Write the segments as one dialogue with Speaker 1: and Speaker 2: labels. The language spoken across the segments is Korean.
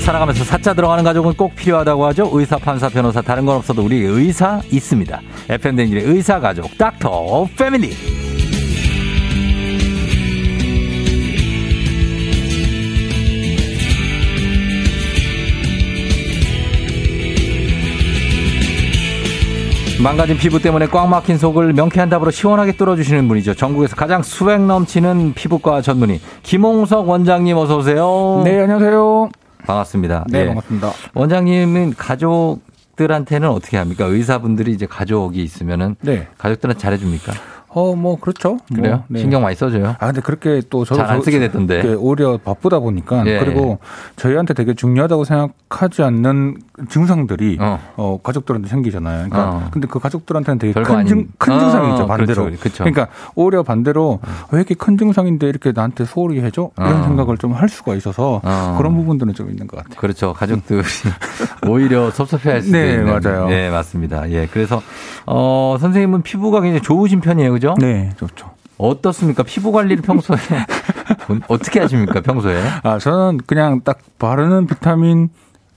Speaker 1: 살아가면서 사자 들어가는 가족은 꼭 필요하다고 하죠. 의사, 판사, 변호사 다른 건 없어도 우리 의사 있습니다. FM 댕진의 의사 가족 닥터 패밀리. 망가진 피부 때문에 꽉 막힌 속을 명쾌한 답으로 시원하게 뚫어주시는 분이죠. 전국에서 가장 수백 넘치는 피부과 전문의 김홍석 원장님 어서 오세요.
Speaker 2: 네, 안녕하세요.
Speaker 1: 반갑습니다.
Speaker 2: 네,
Speaker 1: 예.
Speaker 2: 반갑습니다.
Speaker 1: 원장님은 가족들한테는 어떻게 합니까? 의사분들이 이제 가족이 있으면은
Speaker 2: 네.
Speaker 1: 가족들한테 잘해줍니까?
Speaker 2: 어, 뭐 그렇죠. 뭐,
Speaker 1: 그래요?
Speaker 2: 네.
Speaker 1: 신경 많이 써줘요.
Speaker 2: 아, 근데 그렇게 또 저도
Speaker 1: 잘 안
Speaker 2: 저-
Speaker 1: 쓰게 됐던데.
Speaker 2: 예, 오히려 바쁘다 보니까
Speaker 1: 예.
Speaker 2: 그리고 저희한테 되게 중요하다고 생각하지 않는 증상들이
Speaker 1: 어.
Speaker 2: 어, 가족들한테 생기잖아요. 그러니까
Speaker 1: 어.
Speaker 2: 근데 그 가족들한테는 되게
Speaker 1: 별거
Speaker 2: 큰, 증,
Speaker 1: 아닌-
Speaker 2: 큰
Speaker 1: 어,
Speaker 2: 증상이죠 반대로.
Speaker 1: 그렇죠, 그렇죠.
Speaker 2: 러니까 오히려 반대로 왜 이렇게 큰 증상인데 이렇게 나한테 소홀히 해줘 이런
Speaker 1: 어.
Speaker 2: 생각을 좀 할 수가 있어서
Speaker 1: 어.
Speaker 2: 그런 부분들은 좀 있는 것 같아요.
Speaker 1: 그렇죠. 가족들이 오히려 섭섭해할 수도
Speaker 2: 네,
Speaker 1: 있는.
Speaker 2: 맞아요.
Speaker 1: 네, 맞습니다. 예, 그래서 어 선생님은 피부가 굉장히 좋으신 편이에요, 그죠?
Speaker 2: 네, 좋죠.
Speaker 1: 어떻습니까? 피부 관리를 평소에 본- 어떻게 하십니까? 평소에
Speaker 2: 아, 저는 그냥 딱 바르는 비타민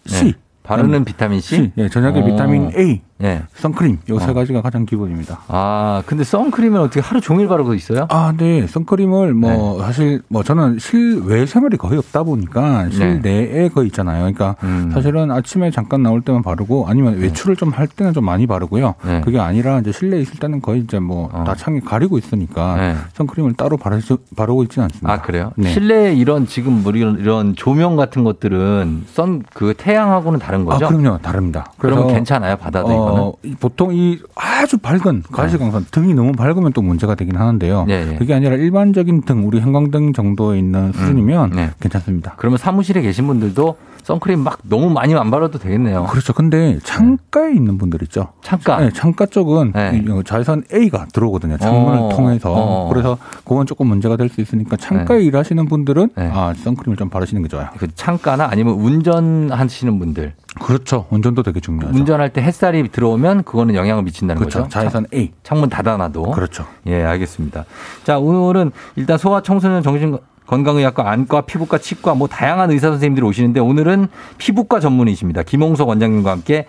Speaker 2: C.
Speaker 1: 네. 바르는 비타민 C.
Speaker 2: C. 예, 저녁에
Speaker 1: 어.
Speaker 2: 비타민 A,
Speaker 1: 예.
Speaker 2: 선크림 요 세
Speaker 1: 어.
Speaker 2: 가지가 가장 기본입니다.
Speaker 1: 아, 근데 선크림은 어떻게 하루 종일 바르고 있어요?
Speaker 2: 아, 네. 선크림을
Speaker 1: 네.
Speaker 2: 뭐 사실 뭐 저는 실외 생활이 거의 없다 보니까 실내에 거의 있잖아요. 그러니까
Speaker 1: 네. 음.
Speaker 2: 사실은 아침에 잠깐 나올 때만 바르고 아니면 외출을 좀 할 때는 좀 많이 바르고요.
Speaker 1: 네.
Speaker 2: 그게 아니라 이제 실내에 있을 때는 거의 이제 뭐
Speaker 1: 어.
Speaker 2: 다 창이 가리고 있으니까
Speaker 1: 네.
Speaker 2: 선크림을 따로 바르 바르고 있지는 않습니다.
Speaker 1: 아, 그래요?
Speaker 2: 네.
Speaker 1: 실내에 이런 지금 뭐 이런, 이런 조명 같은 것들은 선 그 태양하고는 다른
Speaker 2: 아,
Speaker 1: 거죠?
Speaker 2: 그럼요. 다릅니다.
Speaker 1: 그러면
Speaker 2: 그래서
Speaker 1: 괜찮아요, 바다도
Speaker 2: 어, 이- 보통 이 아주 밝은 가시광선 등이 너무 밝으면 또 문제가 되긴 하는데요.
Speaker 1: 예, 예.
Speaker 2: 그게 아니라 일반적인 등 우리 형광등 정도에 있는 수준이면
Speaker 1: 네.
Speaker 2: 괜찮습니다.
Speaker 1: 그러면 사무실에 계신 분들도 선크림 막 너무 많이 안 바르도 되겠네요.
Speaker 2: 그렇죠. 근데 창가에 있는 분들 있죠.
Speaker 1: 창가.
Speaker 2: 네, 창가 쪽은
Speaker 1: 아. 네.
Speaker 2: 이- 어, 자외선 A가 들어오거든요. 창문을
Speaker 1: 어,
Speaker 2: 통해서.
Speaker 1: 어.
Speaker 2: 그래서 그건 조금 문제가 될 수 있으니까 창가에 일하시는 분들은
Speaker 1: 네.
Speaker 2: 아, 선크림을 좀 바르시는 게 좋아요.
Speaker 1: 그 창가나 아니면 운전하시는 분들
Speaker 2: 그렇죠. 운전도 되게 중요하죠.
Speaker 1: 운전할 때 햇살이 들어오면 그거는 영향을 미친다는
Speaker 2: 그렇죠.
Speaker 1: 거죠. 창-
Speaker 2: 자외선 A.
Speaker 1: 창문 닫아놔도
Speaker 2: 그렇죠.
Speaker 1: 예, 알겠습니다. 자, 오늘은 일단 소아 청소년 정신 건강의학과 안과 피부과 치과 뭐 다양한 의사 선생님들이 오시는데 오늘은 피부과 전문의십니다. 김홍석 원장님과 함께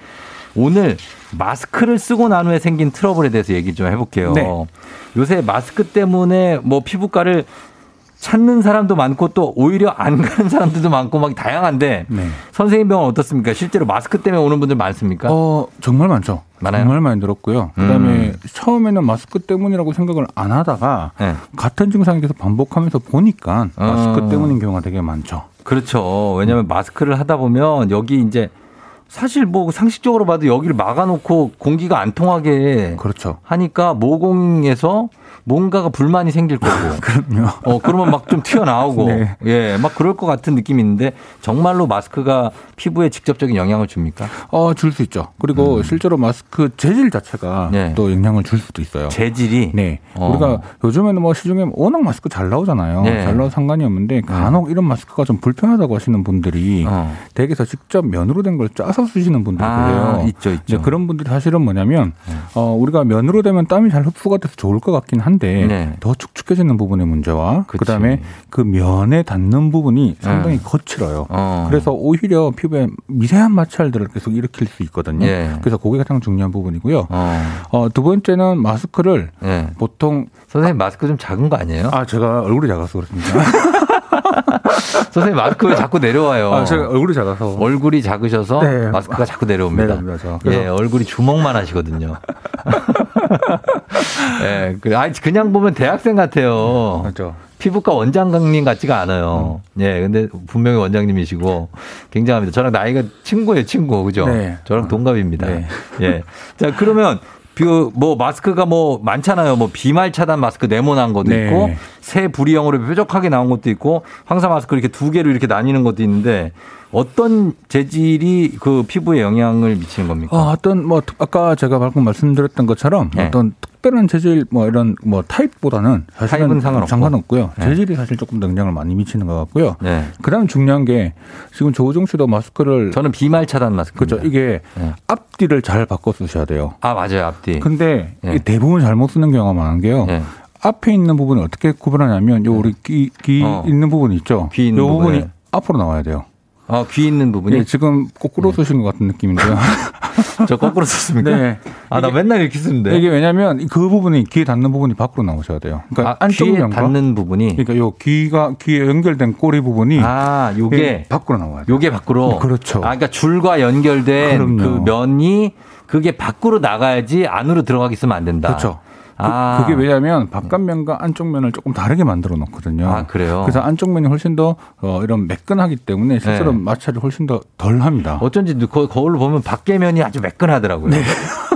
Speaker 1: 오늘 마스크를 쓰고 난 후에 생긴 트러블에 대해서 얘기 좀 해볼게요.
Speaker 2: 네.
Speaker 1: 요새 마스크 때문에 뭐 피부과를 찾는 사람도 많고 또 오히려 안 가는 사람들도 많고 막 다양한데
Speaker 2: 네.
Speaker 1: 선생님 병원 어떻습니까? 실제로 마스크 때문에 오는 분들 많습니까?
Speaker 2: 어, 정말 많죠.
Speaker 1: 많아요?
Speaker 2: 정말 많이 늘었고요. 그다음에 처음에는 마스크 때문이라고 생각을 안 하다가
Speaker 1: 네.
Speaker 2: 같은 증상이 계속 반복하면서 보니까
Speaker 1: 어.
Speaker 2: 마스크 때문인 경우가 되게 많죠.
Speaker 1: 그렇죠. 왜냐하면 마스크를 하다 보면 여기 이제 사실 뭐 상식적으로 봐도 여기를 막아놓고 공기가 안 통하게
Speaker 2: 그렇죠.
Speaker 1: 하니까 모공에서 뭔가가 불만이 생길 거고.
Speaker 2: 그럼요.
Speaker 1: 어, 그러면 막 좀 튀어나오고.
Speaker 2: 네.
Speaker 1: 예, 막 그럴 것 같은 느낌이 있는데 정말로 마스크가 피부에 직접적인 영향을 줍니까?
Speaker 2: 어, 줄 수 있죠. 그리고 실제로 마스크 재질 자체가
Speaker 1: 음. 네.
Speaker 2: 또 영향을 줄 수도 있어요.
Speaker 1: 재질이.
Speaker 2: 네.
Speaker 1: 어.
Speaker 2: 우리가 요즘에는 뭐 시중에 워낙 마스크 잘 나오잖아요.
Speaker 1: 네.
Speaker 2: 잘 나와 상관이 없는데 간혹 이런 마스크가 좀 불편하다고 하시는 분들이
Speaker 1: 어.
Speaker 2: 댁에서 직접 면으로 된 걸 짜서 쓰시는 분들
Speaker 1: 아,
Speaker 2: 그래요.
Speaker 1: 있죠, 네. 있죠.
Speaker 2: 이제 그런 분들이 사실은 뭐냐면 어, 우리가 면으로 되면 땀이 잘 흡수가 돼서 좋을 것 같긴 한데
Speaker 1: 네.
Speaker 2: 더 축축해지는 부분의 문제와
Speaker 1: 그치. 네.
Speaker 2: 그다음에그 면에 닿는 부분이 상당히 거칠어요.
Speaker 1: 어.
Speaker 2: 그래서 오히려 피부에 미세한 마찰들을 계속 일으킬 수 있거든요.
Speaker 1: 예.
Speaker 2: 그래서 그게 가장 중요한 부분이고요.
Speaker 1: 어.
Speaker 2: 어, 두 번째는 마스크를
Speaker 1: 예.
Speaker 2: 보통
Speaker 1: 선생님 마스크 좀 작은 거 아니에요?
Speaker 2: 아 제가 얼굴이 작아서 그렇습니다.
Speaker 1: 선생님 마스크 왜 자꾸 내려와요?
Speaker 2: 아 제가 얼굴이 작아서
Speaker 1: 얼굴이 작으셔서
Speaker 2: 네.
Speaker 1: 마스크가 자꾸 내려옵니다.
Speaker 2: 내려옵니다, 저.
Speaker 1: 예,
Speaker 2: 그래서-
Speaker 1: 얼굴이 주먹만 하시거든요. 예, 그, 아니, 그냥 보면 대학생 같아요.
Speaker 2: 맞죠.
Speaker 1: 피부과 원장님 같지가 않아요.
Speaker 2: 음.
Speaker 1: 예, 근데 분명히 원장님이시고 굉장합니다. 저랑 나이가 친구예요, 친구. 그죠?
Speaker 2: 네.
Speaker 1: 저랑 동갑입니다.
Speaker 2: 네.
Speaker 1: 예. 자, 그러면 그, 뭐, 마스크가 뭐, 많잖아요. 뭐, 비말 차단 마스크 네모난 것도
Speaker 2: 네.
Speaker 1: 있고, 새 부리형으로 뾰족하게 나온 것도 있고, 황사 마스크 이렇게 두 개로 이렇게 나뉘는 것도 있는데, 어떤 재질이 그 피부에 영향을 미치는 겁니까?
Speaker 2: 어, 어떤 뭐 특- 아까 제가 방금 말씀드렸던 것처럼
Speaker 1: 네.
Speaker 2: 어떤 특별한 재질 뭐 이런 뭐 타입보다는 사실은
Speaker 1: 타입은 상관없고.
Speaker 2: 요 재질이 사실 조금 더 영향을 많이 미치는 것 같고요.
Speaker 1: 네.
Speaker 2: 그다음 중요한 게 지금 조우종 씨도 마스크를
Speaker 1: 저는 비말 차단 마스크.
Speaker 2: 그죠 이게
Speaker 1: 네.
Speaker 2: 앞뒤를 잘 바꿔 쓰셔야 돼요.
Speaker 1: 아, 맞아요, 앞뒤.
Speaker 2: 근데
Speaker 1: 네.
Speaker 2: 이게 대부분 잘못 쓰는 경우가 많은 게요.
Speaker 1: 네.
Speaker 2: 앞에 있는 부분을 어떻게 구분하냐면 요 우리 귀, 귀
Speaker 1: 어.
Speaker 2: 있는 부분 있죠.
Speaker 1: 귀 있는
Speaker 2: 요 부분이
Speaker 1: 부분에.
Speaker 2: 앞으로 나와야 돼요.
Speaker 1: 아, 귀 있는 부분이
Speaker 2: 예, 지금
Speaker 1: 네.
Speaker 2: 거꾸로 쓰신 것 같은 느낌인데요.
Speaker 1: 저 거꾸로 썼습니까?
Speaker 2: 네.
Speaker 1: 아, 나 맨날 이렇게 쓰는데.
Speaker 2: 이게 왜냐면 그 부분이 귀에 닿는 부분이 밖으로 나오셔야 돼요.
Speaker 1: 아,
Speaker 2: 그러니까 안쪽
Speaker 1: 귀에
Speaker 2: 연관.
Speaker 1: 닿는 부분이
Speaker 2: 그러니까 요 귀가 귀에 연결된 꼬리 부분이
Speaker 1: 아, 요게
Speaker 2: 예, 밖으로 나와요.
Speaker 1: 요게 밖으로.
Speaker 2: 그렇죠.
Speaker 1: 아, 그러니까 줄과 연결된
Speaker 2: 그럼요.
Speaker 1: 그 면이 그게 밖으로 나가야지 안으로 들어가게 쓰면 안 된다.
Speaker 2: 그렇죠. 그,
Speaker 1: 아. 네.
Speaker 2: 그게 왜냐하면 바깥 면과 안쪽 면을 조금 다르게 만들어 놓거든요.
Speaker 1: 아, 그래요?
Speaker 2: 그래서 안쪽 면이 훨씬 더 어, 이런 매끈하기 때문에 실제로
Speaker 1: 네.
Speaker 2: 마찰이 훨씬 더 덜 합니다.
Speaker 1: 어쩐지 그, 거, 거울로 보면 밖에 면이 아주 매끈하더라고요.
Speaker 2: 네.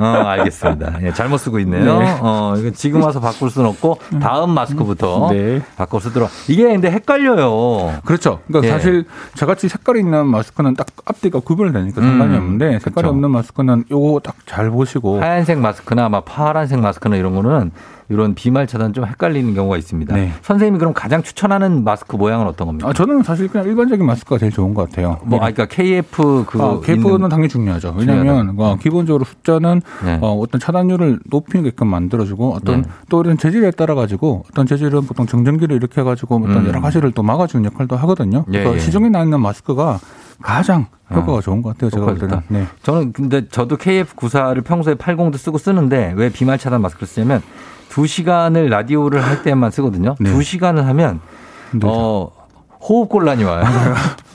Speaker 1: 어, 알겠습니다. 예, 잘못 쓰고 있네요.
Speaker 2: 네.
Speaker 1: 어, 이거 지금 와서 바꿀 수는 없고 다음 마스크부터
Speaker 2: 네.
Speaker 1: 바꿔 쓰도록. 이게 근데 헷갈려요.
Speaker 2: 그렇죠. 그러니까
Speaker 1: 예.
Speaker 2: 사실 저같이 색깔이 있는 마스크는 딱 앞뒤가 구별되니까 상관이
Speaker 1: 음,
Speaker 2: 없는데 색깔이
Speaker 1: 그렇죠.
Speaker 2: 없는 마스크는 요거 딱 잘 보시고
Speaker 1: 하얀색 마스크나 막 파란색 마스크나 이런 거는 이런 비말 차단 좀 헷갈리는 경우가 있습니다.
Speaker 2: 네.
Speaker 1: 선생님이 그럼 가장 추천하는 마스크 모양은 어떤 겁니까?
Speaker 2: 아, 저는 사실 그냥 일반적인 마스크가 제일 좋은 것 같아요.
Speaker 1: 뭐, 아, 그러니까 KF 그 있는-
Speaker 2: 아,
Speaker 1: 음.
Speaker 2: KF는 당연히 중요하죠. 왜냐하면 어, 기본적으로 숫자는
Speaker 1: 네.
Speaker 2: 어, 어떤 차단율을 높이게끔 만들어주고 어떤
Speaker 1: 네.
Speaker 2: 또 이런 재질에 따라 가지고 어떤 재질은 보통 정전기를 일으켜 가지고 어떤
Speaker 1: 음.
Speaker 2: 여러 가지를 또 막아주는 역할도 하거든요.
Speaker 1: 예,
Speaker 2: 그래서
Speaker 1: 예.
Speaker 2: 시중에 나 있는 마스크가 가장 효과가 좋은 것 같아요. 제가 볼
Speaker 1: 효과가
Speaker 2: 때는.
Speaker 1: 좋다.
Speaker 2: 네.
Speaker 1: 저는 근데 저도 KF94를 평소에 80도 쓰고 쓰는데 왜 비말 차단 마스크를 쓰냐면 2시간을 라디오를 할 때만 쓰거든요.
Speaker 2: 네.
Speaker 1: 2시간을 하면
Speaker 2: 힘들죠.
Speaker 1: 어, 호흡 곤란이 와요.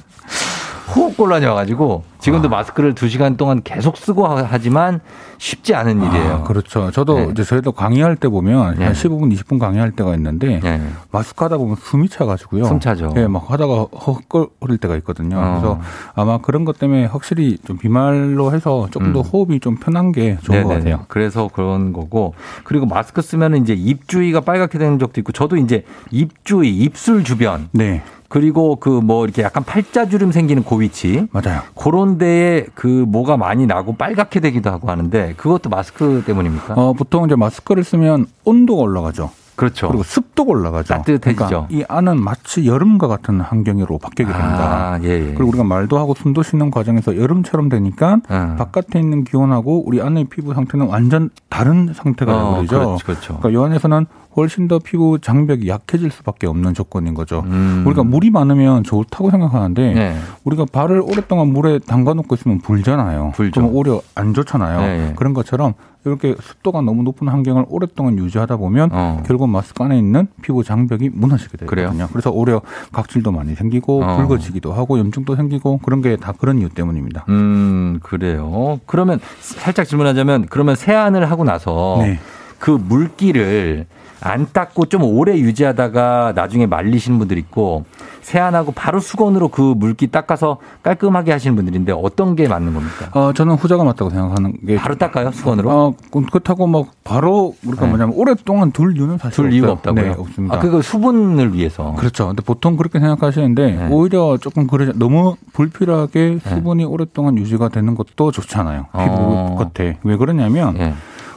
Speaker 1: 호흡 곤란이 와가지고
Speaker 2: 아.
Speaker 1: 지금도 마스크를 2시간 동안 계속 쓰고 하- 하지만 쉽지 않은 일이에요.
Speaker 2: 아, 그렇죠. 저도
Speaker 1: 네.
Speaker 2: 이제 저희도 강의할 때 보면
Speaker 1: 네.
Speaker 2: 한 15분, 20분 강의할 때가 있는데
Speaker 1: 예.
Speaker 2: 마스크 하다 보면 숨이 차가지고요.
Speaker 1: 숨 차죠.
Speaker 2: 예, 막 하다가 헉거릴 때가 있거든요.
Speaker 1: 어.
Speaker 2: 그래서 아마 그런 것 때문에 확실히 좀 비말로 해서 조금 더
Speaker 1: 음.
Speaker 2: 호흡이 좀 편한 게 좋은 것
Speaker 1: 네네네.
Speaker 2: 같아요.
Speaker 1: 그래서 그런 거고 그리고 마스크 쓰면 이제 입 주위가 빨갛게 되는 적도 있고 저도 이제 입 주위, 입술 주변
Speaker 2: 네,
Speaker 1: 그리고 그 뭐 이렇게 약간 팔자주름 생기는 그 위치
Speaker 2: 맞아요.
Speaker 1: 그런 데에 그 뭐가 많이 나고 빨갛게 되기도 하고 하는데 그것도 마스크 때문입니까?
Speaker 2: 어, 보통 이제 마스크를 쓰면 온도가 올라가죠.
Speaker 1: 그렇죠.
Speaker 2: 그리고 습도가 올라가죠.
Speaker 1: 따뜻해지죠.
Speaker 2: 그러니까 이 안은 마치 여름과 같은 환경으로 바뀌게 됩니다.
Speaker 1: 아, 예, 예.
Speaker 2: 그리고 우리가 말도 하고 숨도 쉬는 과정에서 여름처럼 되니까
Speaker 1: 음.
Speaker 2: 바깥에 있는 기온하고 우리 안의 피부 상태는 완전 다른 상태가
Speaker 1: 어,
Speaker 2: 되버리죠.
Speaker 1: 그렇죠, 그렇죠.
Speaker 2: 그러니까 요 안에서는 훨씬 더 피부 장벽이 약해질 수밖에 없는 조건인 거죠.
Speaker 1: 음.
Speaker 2: 우리가 물이 많으면 좋다고 생각하는데
Speaker 1: 네.
Speaker 2: 우리가 발을 오랫동안 물에 담가 놓고 있으면 불잖아요.
Speaker 1: 불죠.
Speaker 2: 그럼 오히려 안 좋잖아요.
Speaker 1: 네, 네.
Speaker 2: 그런 것처럼 이렇게 습도가 너무 높은 환경을 오랫동안 유지하다 보면
Speaker 1: 어.
Speaker 2: 결국 마스크 안에 있는 피부 장벽이 무너지게 되거든요.
Speaker 1: 그래요?
Speaker 2: 그래서 오히려 각질도 많이 생기고
Speaker 1: 어.
Speaker 2: 붉어지기도 하고 염증도 생기고 그런 게 다 그런 이유 때문입니다.
Speaker 1: 음, 그래요. 그러면 살짝 질문하자면 그러면 세안을 하고 나서
Speaker 2: 네.
Speaker 1: 그 물기를 안 닦고 좀 오래 유지하다가 나중에 말리시는 분들 있고 세안하고 바로 수건으로 그 물기 닦아서 깔끔하게 하시는 분들인데 어떤 게 맞는 겁니까?
Speaker 2: 어, 저는 후자가 맞다고 생각하는 게
Speaker 1: 바로 닦아요 수건으로?
Speaker 2: 어, 그- 그렇다고 막 바로 우리가
Speaker 1: 네.
Speaker 2: 뭐냐면 오랫동안 둘 이유는 사실
Speaker 1: 둘
Speaker 2: 없어요.
Speaker 1: 이유가 없다고요?
Speaker 2: 네, 없습니다.
Speaker 1: 아, 그거 수분을 위해서.
Speaker 2: 그렇죠. 근데 보통 그렇게 생각하시는데
Speaker 1: 네.
Speaker 2: 오히려 조금 그러 너무 불필요하게 수분이 오랫동안 유지가 되는 것도 좋잖아요.
Speaker 1: 어.
Speaker 2: 피부 겉에 왜 그러냐면
Speaker 1: 예.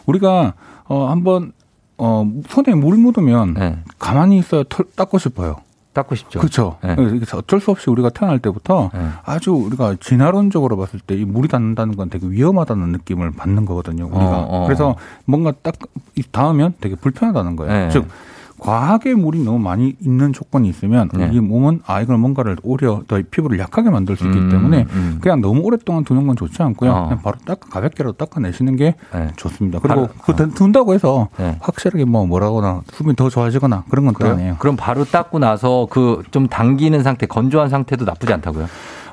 Speaker 2: 우리가 어 한번 어 손에 물 묻으면
Speaker 1: 예.
Speaker 2: 가만히 있어야 털, 닦고 싶어요.
Speaker 1: 닦고 싶죠.
Speaker 2: 그렇죠.
Speaker 1: 네.
Speaker 2: 그래서 어쩔 수 없이 우리가 태어날 때부터
Speaker 1: 네.
Speaker 2: 아주 우리가 진화론적으로 봤을 때 이 물이 닿는다는 건 되게 위험하다는 느낌을 받는 거거든요. 우리가
Speaker 1: 어, 어.
Speaker 2: 그래서 뭔가 딱 이- 닿으면 되게 불편하다는 거예요.
Speaker 1: 네.
Speaker 2: 즉 과하게 물이 너무 많이 있는 조건이 있으면
Speaker 1: 네.
Speaker 2: 우리 몸은 아 이걸 뭔가를 오히려 더 피부를 약하게 만들 수 있기
Speaker 1: 음,
Speaker 2: 때문에
Speaker 1: 음.
Speaker 2: 그냥 너무 오랫동안 두는 건 좋지 않고요.
Speaker 1: 어.
Speaker 2: 그냥 바로 딱 가볍게라도 닦아내시는 게
Speaker 1: 네.
Speaker 2: 좋습니다. 그리고
Speaker 1: 바로-
Speaker 2: 그 든- 둔다고 해서
Speaker 1: 네.
Speaker 2: 확실하게 뭐 뭐라거나 숨이 더 좋아지거나 그런 건 또
Speaker 1: 그래요?
Speaker 2: 아니에요.
Speaker 1: 그럼 바로 닦고 나서 그 좀 당기는 상태, 건조한 상태도 나쁘지 않다고요?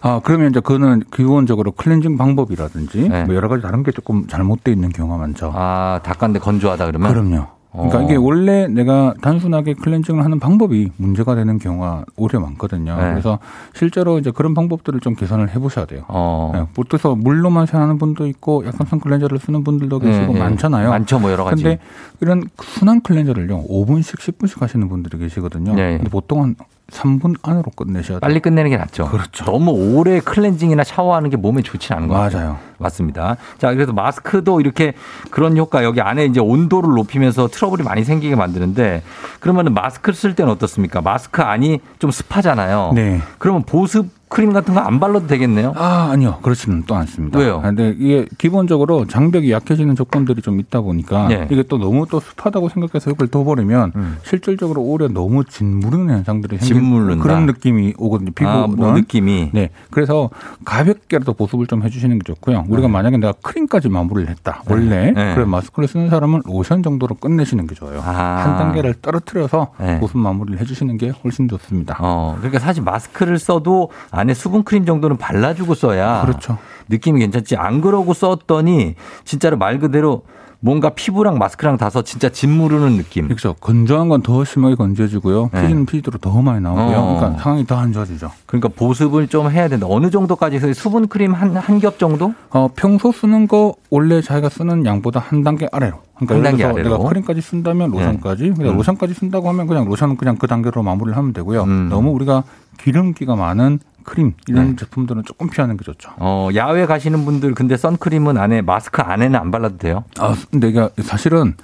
Speaker 2: 아 그러면 이제 그거는 기본적으로 클렌징 방법이라든지
Speaker 1: 네.
Speaker 2: 뭐 여러 가지 다른 게 조금 잘못돼 있는 경우가 많죠.
Speaker 1: 아, 닦았는데 건조하다 그러면?
Speaker 2: 그럼요. 그러니까
Speaker 1: 어.
Speaker 2: 이게 원래 내가 단순하게 클렌징을 하는 방법이 문제가 되는 경우가 오히려 많거든요.
Speaker 1: 네.
Speaker 2: 그래서 실제로 이제 그런 방법들을 좀 개선을 해보셔야 돼요.
Speaker 1: 어.
Speaker 2: 네, 그래서 물로만 세안하는 분도 있고 약산성 클렌저를 쓰는 분들도 계시고
Speaker 1: 예, 예.
Speaker 2: 많잖아요.
Speaker 1: 많죠, 뭐 여러 가지.
Speaker 2: 근데 이런 순한 클렌저를요 5분씩 10분씩 하시는 분들이 계시거든요.
Speaker 1: 네.
Speaker 2: 근데 보통 한 3분 안으로 끝내셔야 돼요.
Speaker 1: 빨리 끝내는 게 낫죠.
Speaker 2: 그렇죠.
Speaker 1: 너무 오래 클렌징이나 샤워하는 게 몸에 좋지 않은 것 같아요.
Speaker 2: 맞아요.
Speaker 1: 맞습니다. 자, 그래서 마스크도 이렇게 그런 효과 여기 안에 이제 온도를 높이면서 트러블이 많이 생기게 만드는데 그러면 마스크 를쓸 때는 어떻습니까? 마스크 안이 좀 습하잖아요.
Speaker 2: 네.
Speaker 1: 그러면 보습 크림 같은 거 안 발라도 되겠네요.
Speaker 2: 아, 아니요. 그렇지는 또 않습니다. 아,
Speaker 1: 왜요?
Speaker 2: 근데 이게 기본적으로 장벽이 약해지는 조건들이 좀 있다 보니까
Speaker 1: 네. 음.
Speaker 2: 이게 또 너무 또 습하다고 생각해서 이걸 둬버리면 실질적으로 오히려 너무 짓무르는 현상들이 생기는
Speaker 1: 짓무른다.
Speaker 2: 그런 느낌이 오거든요. 피부
Speaker 1: 아, 뭐 느낌이.
Speaker 2: 네. 그래서 가볍게라도 보습을 좀 해주시는 게 좋고요. 우리가 만약에 내가 크림까지 마무리를 했다. 원래.
Speaker 1: 네.
Speaker 2: 그래 마스크를 쓰는 사람은 로션 정도로 끝내시는 게 좋아요.
Speaker 1: 아.
Speaker 2: 한 단계를 떨어뜨려서
Speaker 1: 네.
Speaker 2: 보습 마무리를 해주시는 게 훨씬 좋습니다.
Speaker 1: 어, 그러니까 사실 마스크를 써도 안에 수분 크림 정도는 발라주고 써야
Speaker 2: 그렇죠.
Speaker 1: 느낌이 괜찮지. 안 그러고 썼더니 진짜로 말 그대로 뭔가 피부랑 마스크랑 다서 진짜 짓무르는 느낌.
Speaker 2: 그렇죠. 건조한 건 더 심하게 건조해지고요.
Speaker 1: 네.
Speaker 2: 피지는 피지로 더 많이 나오고요.
Speaker 1: 어.
Speaker 2: 그러니까 상황이 더 안 좋아지죠.
Speaker 1: 그러니까 보습을 좀 해야 된다. 어느 정도까지 해서 수분 크림 한 한 겹 정도?
Speaker 2: 어, 평소 쓰는 거 원래 자기가 쓰는 양보다 한 단계 아래로. 그러니까
Speaker 1: 한
Speaker 2: 예를
Speaker 1: 단계
Speaker 2: 들어서
Speaker 1: 아래로. 네.
Speaker 2: 내가 크림까지 쓴다면 로션까지. 근데 로션까지 쓴다고 하면 그냥 로션은 그냥 그 단계로 마무리를 하면 되고요.
Speaker 1: 음. 네.
Speaker 2: 너무 우리가 기름기가 많은 크림 이런 제품들은 조금 피하는 게 좋죠.
Speaker 1: 어, 야외 가시는 분들 근데 선크림은 안에 마스크 안에는 안 발라도 돼요?
Speaker 2: 아, 근데 이게 사실은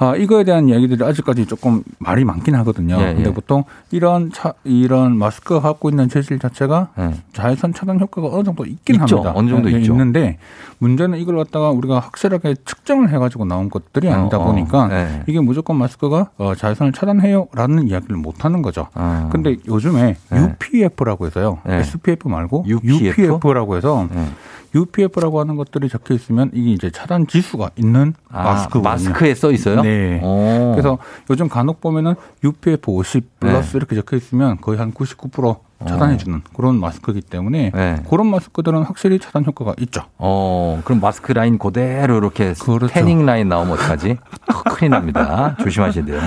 Speaker 2: 아, 이거에 대한 이야기들이 아직까지 조금 말이 많긴 하거든요.
Speaker 1: 예,
Speaker 2: 근데
Speaker 1: 예.
Speaker 2: 보통 이런 차, 이런 마스크가 갖고 있는 재질 자체가
Speaker 1: 예.
Speaker 2: 자외선 차단 효과가 어느 정도 있긴
Speaker 1: 있죠.
Speaker 2: 합니다.
Speaker 1: 어느 정도 있죠.
Speaker 2: 는데 문제는 이걸 갖다가 우리가 확실하게 측정을 해가지고 나온 것들이 아니다
Speaker 1: 어, 어.
Speaker 2: 보니까
Speaker 1: 네.
Speaker 2: 이게 무조건 마스크가 어, 자외선을 차단해요라는 이야기를 못 하는 거죠.
Speaker 1: 아.
Speaker 2: 근데 요즘에
Speaker 1: 네.
Speaker 2: UPF라고 해서요.
Speaker 1: 네.
Speaker 2: SPF 말고
Speaker 1: UPF?
Speaker 2: UPF라고 해서
Speaker 1: 네.
Speaker 2: UPF라고 하는 것들이 적혀 있으면 이게 이제 차단 지수가 있는
Speaker 1: 아,
Speaker 2: 마스크거든요.
Speaker 1: 마스크에 써 있어요?
Speaker 2: 네.
Speaker 1: 어.
Speaker 2: 그래서 요즘 간혹 보면은 UPF 50 플러스
Speaker 1: 네.
Speaker 2: 이렇게 적혀 있으면 거의 한 99% 차단해 주는 그런 마스크이기 때문에
Speaker 1: 어. 네.
Speaker 2: 그런 마스크들은 확실히 차단 효과가 있죠.
Speaker 1: 어, 그럼 마스크 라인 그대로 이렇게
Speaker 2: 그렇죠.
Speaker 1: 태닝 라인 나오면 어떡하지? 큰일 납니다. 조심하셔야 돼요.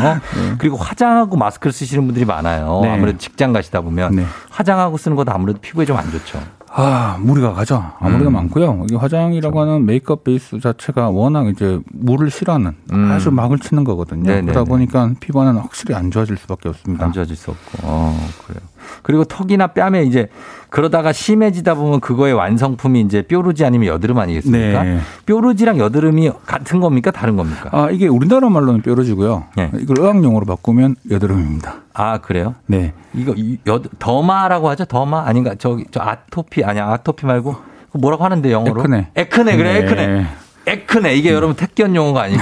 Speaker 1: 그리고 화장하고 마스크를 쓰시는 분들이 많아요.
Speaker 2: 네.
Speaker 1: 아무래도 직장 가시다 보면
Speaker 2: 네.
Speaker 1: 화장하고 쓰는 것도 아무래도 피부에 좀 안 좋죠.
Speaker 2: 아, 무리가 가죠. 아, 무리가
Speaker 1: 음.
Speaker 2: 많고요. 이게 화장이라고 하는 메이크업 베이스 자체가 워낙 이제 물을 싫어하는
Speaker 1: 음.
Speaker 2: 아주 막을 치는 거거든요.
Speaker 1: 네네네.
Speaker 2: 그러다 보니까 피부는 확실히 안 좋아질 수밖에 없습니다.
Speaker 1: 안 좋아질 수 없고. 어, 그래요. 그리고 턱이나 뺨에 이제 그러다가 심해지다 보면 그거의 완성품이 이제 뾰루지 아니면 여드름 아니겠습니까?
Speaker 2: 네.
Speaker 1: 뾰루지랑 여드름이 같은 겁니까? 다른 겁니까?
Speaker 2: 아, 이게 우리나라 말로는 뾰루지고요.
Speaker 1: 네.
Speaker 2: 이걸 의학용어로 바꾸면 여드름입니다.
Speaker 1: 아, 그래요?
Speaker 2: 네.
Speaker 1: 이거 이- 여, 더마라고 하죠? 더마 아닌가? 저기 저 아토피 아니야 아토피 말고 그거 뭐라고 하는데 영어로?
Speaker 2: 에크네.
Speaker 1: 에크네 그래 에크네.
Speaker 2: 네. 음.
Speaker 1: 에크네 이게 여러분 택견 용어가 아니고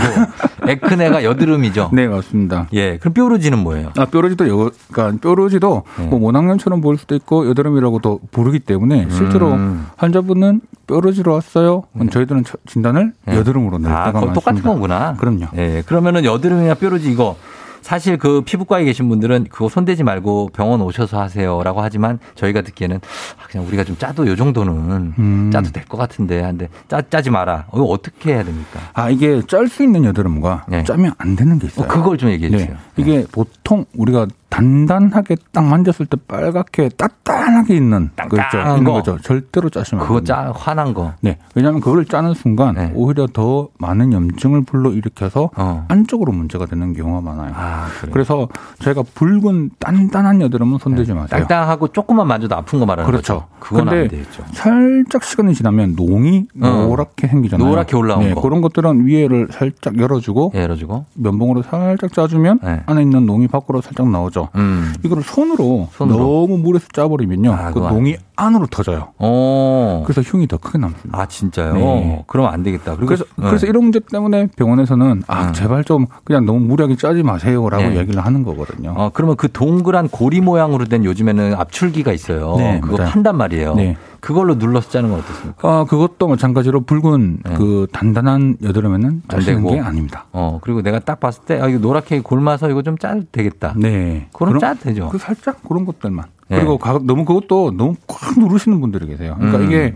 Speaker 1: 에크네가 여드름이죠.
Speaker 2: 네, 맞습니다.
Speaker 1: 예, 그럼 뾰루지는 뭐예요?
Speaker 2: 아, 뾰루지도 여, 그러니까 뾰루지도
Speaker 1: 네.
Speaker 2: 뭐 모낭염처럼 보일 수도 있고 여드름이라고도 부르기 때문에 실제로
Speaker 1: 음.
Speaker 2: 환자분은 뾰루지로 왔어요. 저희들은 처- 진단을 여드름으로 낼
Speaker 1: 네.
Speaker 2: 때가
Speaker 1: 아, 그거
Speaker 2: 많습니다.
Speaker 1: 똑같은 거구나.
Speaker 2: 네, 그럼요.
Speaker 1: 예, 그러면은 여드름이나 뾰루지 이거 사실 그 피부과에 계신 분들은 그거 손대지 말고 병원 오셔서 하세요라고 하지만 저희가 듣기에는 아, 그냥 우리가 좀 짜도 요 정도는
Speaker 2: 음.
Speaker 1: 짜도 될 것 같은데 한데 짜 짜지 마라. 이거 어떻게 해야 됩니까?
Speaker 2: 아, 이게 짤 수 있는 여드름과
Speaker 1: 네.
Speaker 2: 짜면 안 되는
Speaker 1: 어,
Speaker 2: 게 있어요.
Speaker 1: 그걸 좀 얘기해
Speaker 2: 네.
Speaker 1: 주세요.
Speaker 2: 이게 보통 우리가 단단하게 딱 만졌을 때 빨갛게 따뜻하게 있는 거 있죠.
Speaker 1: 땅땅한
Speaker 2: 있는
Speaker 1: 거.
Speaker 2: 거죠. 절대로 짜시면 안
Speaker 1: 그거
Speaker 2: 됩니다.
Speaker 1: 짜 화난 거.
Speaker 2: 네. 왜냐하면 그걸 짜는 순간
Speaker 1: 네.
Speaker 2: 오히려 더 많은 염증을 불러일으켜서
Speaker 1: 어.
Speaker 2: 안쪽으로 문제가 되는 경우가 많아요.
Speaker 1: 아, 그래.
Speaker 2: 그래서 저희가 붉은 단단한 여드름은 손대지
Speaker 1: 네.
Speaker 2: 마세요.
Speaker 1: 땅땅하고 조금만 만져도 아픈 거 말하는
Speaker 2: 그렇죠.
Speaker 1: 거죠. 그건
Speaker 2: 근데
Speaker 1: 안 되겠죠.
Speaker 2: 살짝 시간이 지나면 농이
Speaker 1: 어.
Speaker 2: 노랗게 생기잖아요.
Speaker 1: 노랗게 올라온
Speaker 2: 네,
Speaker 1: 거.
Speaker 2: 그런 것들은 위에를 살짝 열어주고
Speaker 1: 예, 열어주고.
Speaker 2: 면봉으로 살짝 짜주면
Speaker 1: 네.
Speaker 2: 안에 있는 농이 밖으로 살짝 나오죠.
Speaker 1: 음.
Speaker 2: 이거를 손으로,
Speaker 1: 손으로.
Speaker 2: 너무 물에서 짜버리면요,
Speaker 1: 아,
Speaker 2: 그
Speaker 1: 그거
Speaker 2: 농이 안으로 터져요.
Speaker 1: 어.
Speaker 2: 그래서 흉이 더 크게 남습니다.
Speaker 1: 아, 진짜요?
Speaker 2: 네.
Speaker 1: 그럼 안 되겠다. 그리고-
Speaker 2: 그래서
Speaker 1: 네.
Speaker 2: 그래서 이런 문제 때문에 병원에서는 아 제발 좀 그냥 너무 무리하게 짜지 마세요라고
Speaker 1: 네.
Speaker 2: 얘기를 하는 거거든요.
Speaker 1: 어, 그러면 그 동그란 고리 모양으로 된 요즘에는 압출기가 있어요.
Speaker 2: 네,
Speaker 1: 그거
Speaker 2: 맞아요.
Speaker 1: 판단 말이에요.
Speaker 2: 네.
Speaker 1: 그걸로 눌러서 짜는 건 어떻습니까?
Speaker 2: 아, 그것도 마찬가지로 붉은 그 단단한 여드름에는
Speaker 1: 네. 안
Speaker 2: 짜시는
Speaker 1: 되고.
Speaker 2: 게 아닙니다.
Speaker 1: 어, 그리고 내가 딱 봤을 때, 아, 이거 노랗게 골마서 이거 좀 짜도 되겠다.
Speaker 2: 네.
Speaker 1: 그럼
Speaker 2: 그런-
Speaker 1: 짜도 되죠.
Speaker 2: 그 살짝 그런 것들만.
Speaker 1: 네.
Speaker 2: 그리고 가- 너무 그것도 너무 꽉 누르시는 분들이 계세요. 그러니까
Speaker 1: 음.
Speaker 2: 이게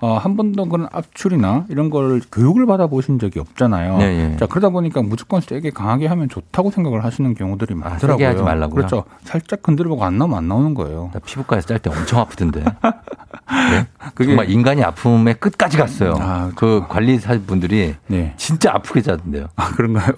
Speaker 2: 어, 한 번도 그런 압출이나 이런 걸 교육을 받아보신 적이 없잖아요.
Speaker 1: 네, 네.
Speaker 2: 자, 그러다 보니까 무조건 세게 강하게 하면 좋다고 생각을 하시는 경우들이
Speaker 1: 아,
Speaker 2: 많더라고요.
Speaker 1: 세게 하지 말라고요?
Speaker 2: 그렇죠. 살짝 건드려보고 안 나오면 안 나오는 거예요.
Speaker 1: 나 피부과에서 짤 때 엄청 아프던데. 네? 정말 인간이 아픔의 끝까지 갔어요.
Speaker 2: 아,
Speaker 1: 그 관리사분들이
Speaker 2: 네.
Speaker 1: 진짜 아프게 짜던데요.
Speaker 2: 아, 그런가요?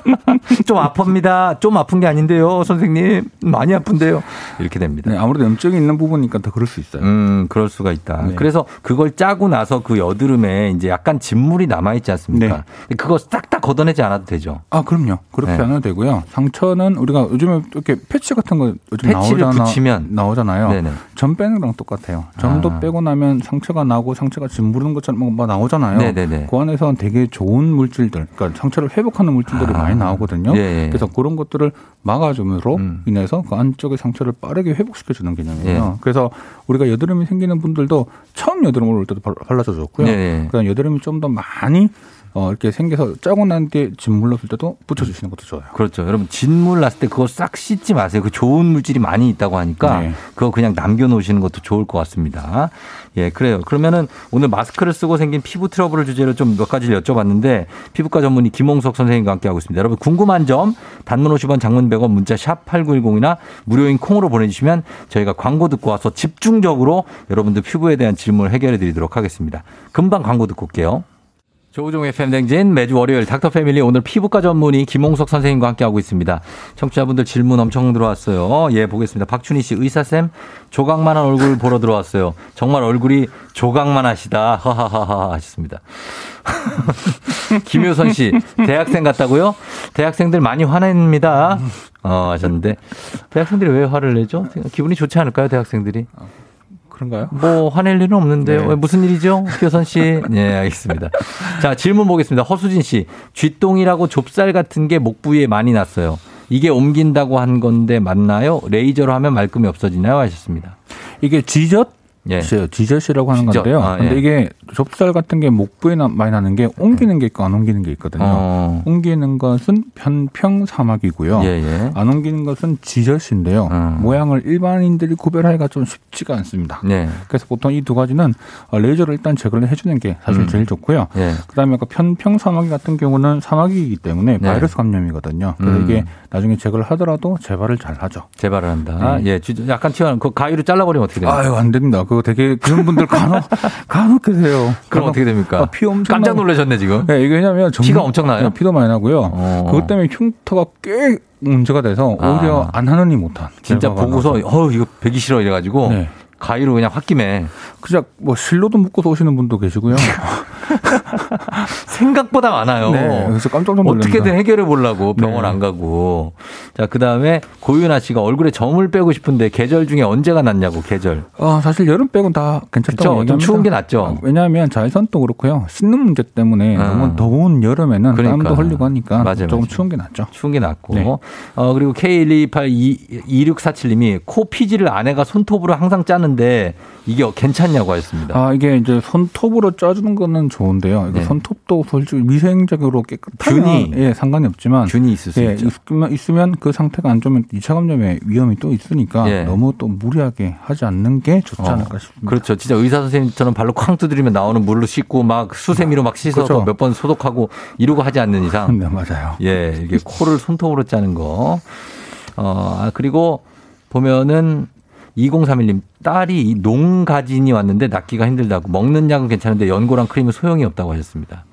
Speaker 1: 좀 아픕니다. 좀 아픈 게 아닌데요, 선생님. 많이 아픈데요. 이렇게 됩니다.
Speaker 2: 네, 아무래도 염증이 있는 부분이니까 더 그럴 수 있어요.
Speaker 1: 음, 그럴 수가 있다.
Speaker 2: 네.
Speaker 1: 그래서 그걸 그걸 짜고 나서 그 여드름에 이제 약간 진물이 남아 있지 않습니까? 네. 그거 싹 다 걷어내지 않아도 되죠.
Speaker 2: 아 그럼요. 그렇게 네. 안 해도 되고요. 상처는 우리가 요즘에 이렇게 패치 같은 거 요즘
Speaker 1: 패치를
Speaker 2: 나오잖아,
Speaker 1: 붙이면
Speaker 2: 나오잖아요. 네네. 점 빼는 거랑 똑같아요. 점도 아. 빼고 나면 상처가 나고 상처가 진무르는 것처럼 막 나오잖아요.
Speaker 1: 네네네.
Speaker 2: 그 안에서 되게 좋은 물질들, 그러니까 상처를 회복하는 물질들이 아. 많이 나오거든요.
Speaker 1: 예.
Speaker 2: 그래서 그런 것들을 막아줌으로 음. 인해서 그 안쪽의 상처를 빠르게 회복시켜주는 개념이에요. 예. 그래서 우리가 여드름이 생기는 분들도 처음 여드름을 올 때도 발라줘 줬고요.
Speaker 1: 예.
Speaker 2: 그다음 여드름이 좀 더 많이 어, 이렇게 생겨서 짜고 난 뒤에 진물 났을 때도 붙여주시는 것도 좋아요.
Speaker 1: 그렇죠. 여러분, 진물 났을 때 그거 싹 씻지 마세요. 그 좋은 물질이 많이 있다고 하니까 네. 그거 그냥 남겨놓으시는 것도 좋을 것 같습니다. 예, 그래요. 그러면은 오늘 마스크를 쓰고 생긴 피부 트러블을 주제로 좀 몇 가지를 여쭤봤는데 피부과 전문의 김홍석 선생님과 함께하고 있습니다. 여러분, 궁금한 점 단문 50원 장문 100원 문자 샵 8910이나 무료인 콩으로 보내주시면 저희가 광고 듣고 와서 집중적으로 여러분들 피부에 대한 질문을 해결해 드리도록 하겠습니다. 금방 광고 듣고 올게요. 조우종 FM 댕진 매주 월요일 닥터 패밀리 오늘 피부과 전문의 김홍석 선생님과 함께하고 있습니다. 청취자분들 질문 엄청 들어왔어요. 예, 보겠습니다. 박춘희 씨 의사쌤 조각만한 얼굴 보러 들어왔어요. 정말 얼굴이 조각만 하시다. 하하하하 하셨습니다. 김효선 씨 대학생 같다고요? 대학생들 많이 화냅니다. 어, 하셨는데 대학생들이 왜 화를 내죠? 기분이 좋지 않을까요, 대학생들이?
Speaker 2: 그런가요?
Speaker 1: 뭐 화낼 일은 없는데요. 네. 무슨 일이죠? 효선 씨. 네, 알겠습니다. 자, 질문 보겠습니다. 허수진 씨. 쥐똥이라고 좁쌀 같은 게 목 부위에 많이 났어요. 이게 옮긴다고 한 건데 맞나요? 레이저로 하면 말끔히 없어지나요? 하셨습니다.
Speaker 2: 이게 쥐젖 예. 지젖이라고 하는 지저. 건데요. 아, 근데 예. 이게 좁쌀 같은 게 목부에 나, 많이 나는 게 옮기는 게 있고 안 옮기는 게 있거든요. 어. 옮기는 것은 편평
Speaker 1: 어.
Speaker 2: 사막이고요.
Speaker 1: 예예.
Speaker 2: 안 옮기는 것은 지젖인데요. 어. 모양을 일반인들이 구별하기가 좀 쉽지가 않습니다.
Speaker 1: 예.
Speaker 2: 그래서 보통 이 두 가지는 어, 레이저를 일단 제거를 해주는 게 사실 음. 제일 좋고요.
Speaker 1: 예.
Speaker 2: 그다음에 아까 편평 사마귀 같은 경우는 사마귀이기 때문에
Speaker 1: 네.
Speaker 2: 바이러스 감염이거든요. 그래서 음. 이게 나중에 제거를 하더라도 재발을 잘 하죠.
Speaker 1: 재발을 한다. 아, 예, 약간 튀어나온 그 가위로 잘라버리면 어떻게 돼요?
Speaker 2: 아유 안 됩니다. 그 되게 그런 분들 간혹 간혹 계세요.
Speaker 1: 그럼 간혹, 어떻게 됩니까?
Speaker 2: 아, 피 엄청
Speaker 1: 깜짝 놀라셨네 지금.
Speaker 2: 네, 이게 왜냐하면 네,
Speaker 1: 정, 피가 엄청나요.
Speaker 2: 피도 많이 나고요. 어. 그것 때문에 흉터가 꽤 문제가 돼서 오히려 아. 안 하느니 못한.
Speaker 1: 진짜 보고서 어 이거 배기 싫어 이래가지고 네. 가위로 그냥 확 김에
Speaker 2: 그냥 뭐 실로도 묶어서 오시는 분도 계시고요.
Speaker 1: 생각보다 많아요.
Speaker 2: 네, 그래서 깜짝 놀랐습니
Speaker 1: 어떻게든 해결해 보려고 병원 네. 안 가고. 자, 그다음에 고윤아 씨가 얼굴에 점을 빼고 싶은데 계절 중에 언제가 낫냐고 계절.
Speaker 2: 아, 사실 여름 빼곤 다 괜찮다고 어,
Speaker 1: 그렇죠? 추운 게 낫죠.
Speaker 2: 왜냐하면 자외선도 그렇고요. 씻는 문제 때문에 아. 너무 더운 여름에는 그러니까. 땀도 흘리고 하니까 맞아, 조금 맞아. 추운 게 낫죠.
Speaker 1: 추운 게 낫고. 네. 어, 그리고 K12282647 님이 코 피지를 아내가 손톱으로 항상 짜는데 이게 괜찮냐고 하셨습니다.
Speaker 2: 아, 이게 이제 손톱으로 짜주는 거는 좋은데요. 네. 손톱도 솔직히 미생적으로 깨끗하면
Speaker 1: 균이
Speaker 2: 예, 상관이 없지만
Speaker 1: 균이 있을 수
Speaker 2: 예,
Speaker 1: 있죠.
Speaker 2: 있으면, 있으면 그 상태가 안 좋으면 2차 감염의 위험이 또 있으니까 예. 너무 또 무리하게 하지 않는 게 좋지 어, 않을까 싶습니다.
Speaker 1: 그렇죠. 진짜 의사 선생님처럼 발로 쾅 두드리면 나오는 물로 씻고 막 수세미로 막 씻어서 그렇죠. 몇번 소독하고 이러고 하지 않는 이상
Speaker 2: 네, 맞아요.
Speaker 1: 예, 이게 코를 손톱으로 짜는 거. 어, 아, 그리고 보면은 2031님 딸이 농가진이 왔는데 낫기가 힘들다고 먹는 약은 괜찮은데 연고랑 크림은 소용이 없다고 하셨습니다.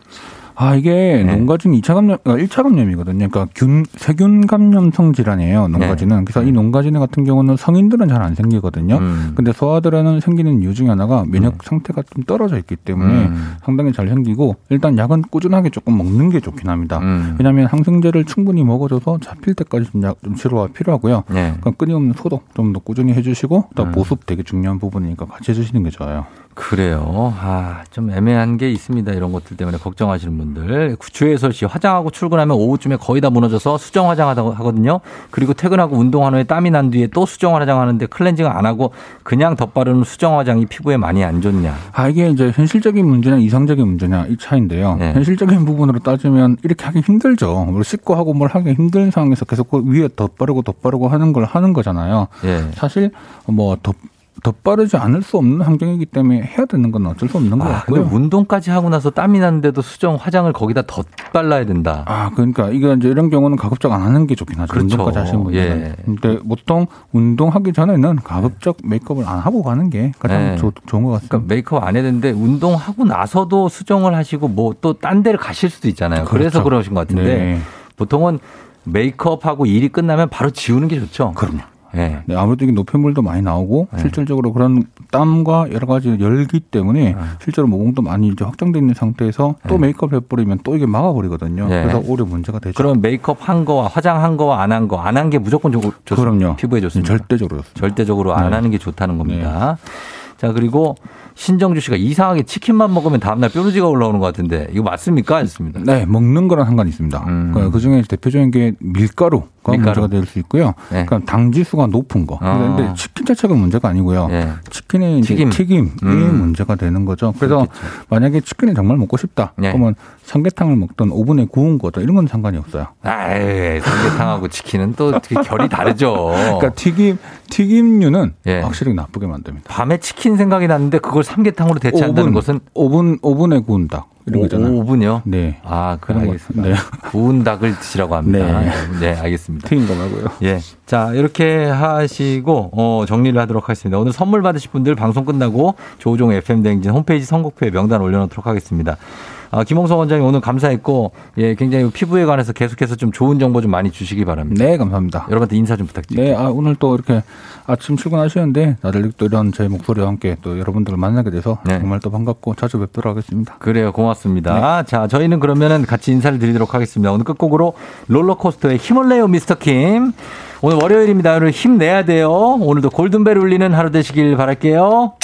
Speaker 2: 아, 이게 네. 농가진 2차 감염, 아, 1차 감염이거든요. 그러니까 균, 세균 감염성 질환이에요, 농가진은. 네. 그래서 이 농가진 같은 경우는 성인들은 잘 안
Speaker 1: 어?
Speaker 2: 생기거든요. 음. 근데 소아들에는 생기는 이유 중에 하나가 면역 상태가 좀 떨어져 있기 때문에 음. 상당히 잘 생기고 일단 약은 꾸준하게 조금 먹는 게 좋긴 합니다. 음. 왜냐하면 항생제를 충분히 먹어줘서 잡힐 때까지 좀, 약, 좀 치료가 필요하고요.
Speaker 1: 네.
Speaker 2: 그러니까 끊임없는 소독 좀 더 꾸준히 해주시고 또 보습 되게 중요한 부분이니까 같이 해주시는 게 좋아요.
Speaker 1: 그래요. 아, 좀 애매한 게 있습니다. 이런 것들 때문에 걱정하시는 분들. 주혜솔 씨, 화장하고 출근하면 오후쯤에 거의 다 무너져서 수정 화장하다고 하거든요. 그리고 퇴근하고 운동한 후에 땀이 난 뒤에 또 수정 화장하는데 클렌징 안 하고 그냥 덧바르는 수정 화장이 피부에 많이 안 좋냐.
Speaker 2: 아, 이게 이제 현실적인 문제냐 이상적인 문제냐 이 차인데요. 네. 현실적인 부분으로 따지면 이렇게 하기 힘들죠. 뭘 씻고 하고 뭘 하기 힘든 상황에서 계속 그 위에 덧바르고 덧바르고 하는 걸 하는 거잖아요.
Speaker 1: 네.
Speaker 2: 사실 뭐 덧, 덧바르지 않을 수 없는 환경이기 때문에 해야 되는 건 어쩔 수 없는 아, 것 같고요.
Speaker 1: 근데 운동까지 하고 나서 땀이 나는데도 수정 화장을 거기다 덧발라야 된다.
Speaker 2: 아, 그러니까 이게 이제 이런 경우는 가급적 안 하는 게 좋긴 하죠.
Speaker 1: 그렇죠.
Speaker 2: 운동까지 하시는 분들은.
Speaker 1: 예.
Speaker 2: 근데 보통 운동하기 전에는 가급적 메이크업을 안 하고 가는 게 가장
Speaker 1: 네.
Speaker 2: 예. 조, 좋은 것 같습니다.
Speaker 1: 그러니까 메이크업 안 해야 되는데 운동하고 나서도 수정을 하시고 뭐 또 딴 데를 가실 수도 있잖아요. 그렇죠. 그래서 그러신 것 같은데 네. 보통은 메이크업하고 일이 끝나면 바로 지우는 게 좋죠.
Speaker 2: 그럼요. 네. 네, 아무래도 이게 노폐물도 많이 나오고
Speaker 1: 네.
Speaker 2: 실질적으로 그런 땀과 여러 가지 열기
Speaker 1: 네.
Speaker 2: 때문에 실제로 모공도 많이 이제 확장돼 있는 상태에서 또 메이크업을 해버리면 또 이게 막아버리거든요.
Speaker 1: 네.
Speaker 2: 그래서 오히려 문제가 되죠.
Speaker 1: 그럼 메이크업 한 거와 화장한 거와 안 한 거, 안 한 게 무조건 좋, 좋,
Speaker 2: 그럼요. 네,
Speaker 1: 피부에 좋습니다.
Speaker 2: 절대적으로 네. 좋습니다.
Speaker 1: 절대적으로 안 하는 게 좋다는 겁니다. 자, 그리고 신정주 씨가 이상하게 치킨만 먹으면 다음날 뾰루지가 올라오는 것 같은데 이거 맞습니까? 아습니다
Speaker 2: 네, 먹는 거랑 상관이 있습니다. 음. 그 중에 대표적인 게 밀가루가 밀가루. 문제가 될 수 있고요. 네. 그러니까 당 지수가 높은 거. 아. 근데 치킨 자체가 문제가 아니고요. 네. 치킨의 튀김. 튀김이 음. 문제가 되는 거죠. 그래서 그렇겠죠. 만약에 치킨을 정말 먹고 싶다. 네. 그러면 삼계탕을 먹던 오븐에 구운 거다. 이런 건 상관이 없어요.
Speaker 1: 아, 삼계탕하고 치킨은 또 결이 다르죠.
Speaker 2: 그러니까 튀김 튀김류는 확실히 나쁘게 만듭니다.
Speaker 1: 밤에 치킨 생각이 났는데 그걸 삼계탕으로 대체한다는
Speaker 2: 오븐,
Speaker 1: 것은
Speaker 2: 오븐 오븐에 구운 닭 이런 거잖아요.
Speaker 1: 오븐요?
Speaker 2: 네.
Speaker 1: 아, 그럼 알겠습니다. 네. 구운 닭을 드시라고 합니다. 네, 네 알겠습니다.
Speaker 2: 튀긴 거 말고요.
Speaker 1: 예. 자, 이렇게 하시고 어, 정리를 하도록 하겠습니다. 오늘 선물 받으실 분들 방송 끝나고 조종 FM 댕진 홈페이지 선곡표에 명단 올려 놓도록 하겠습니다. 아, 김홍석 원장님 오늘 감사했고 예, 굉장히 피부에 관해서 계속해서 좀 좋은 정보 좀 많이 주시기 바랍니다.
Speaker 2: 네, 감사합니다.
Speaker 1: 여러분한테 인사 좀 부탁드립니다.
Speaker 2: 네, 아, 오늘 또 이렇게 아침 출근하시는데 나들리 또 이런 제 목소리와 함께 또 여러분들을 만나게 돼서 네. 정말 또 반갑고 자주 뵙도록 하겠습니다.
Speaker 1: 그래요, 고맙습니다. 네. 자, 저희는 그러면은 같이 인사를 드리도록 하겠습니다. 오늘 끝곡으로 롤러코스터의 힘을 내요, 미스터 킴. 오늘 월요일입니다. 오늘 힘내야 돼요. 오늘도 골든벨 울리는 하루 되시길 바랄게요.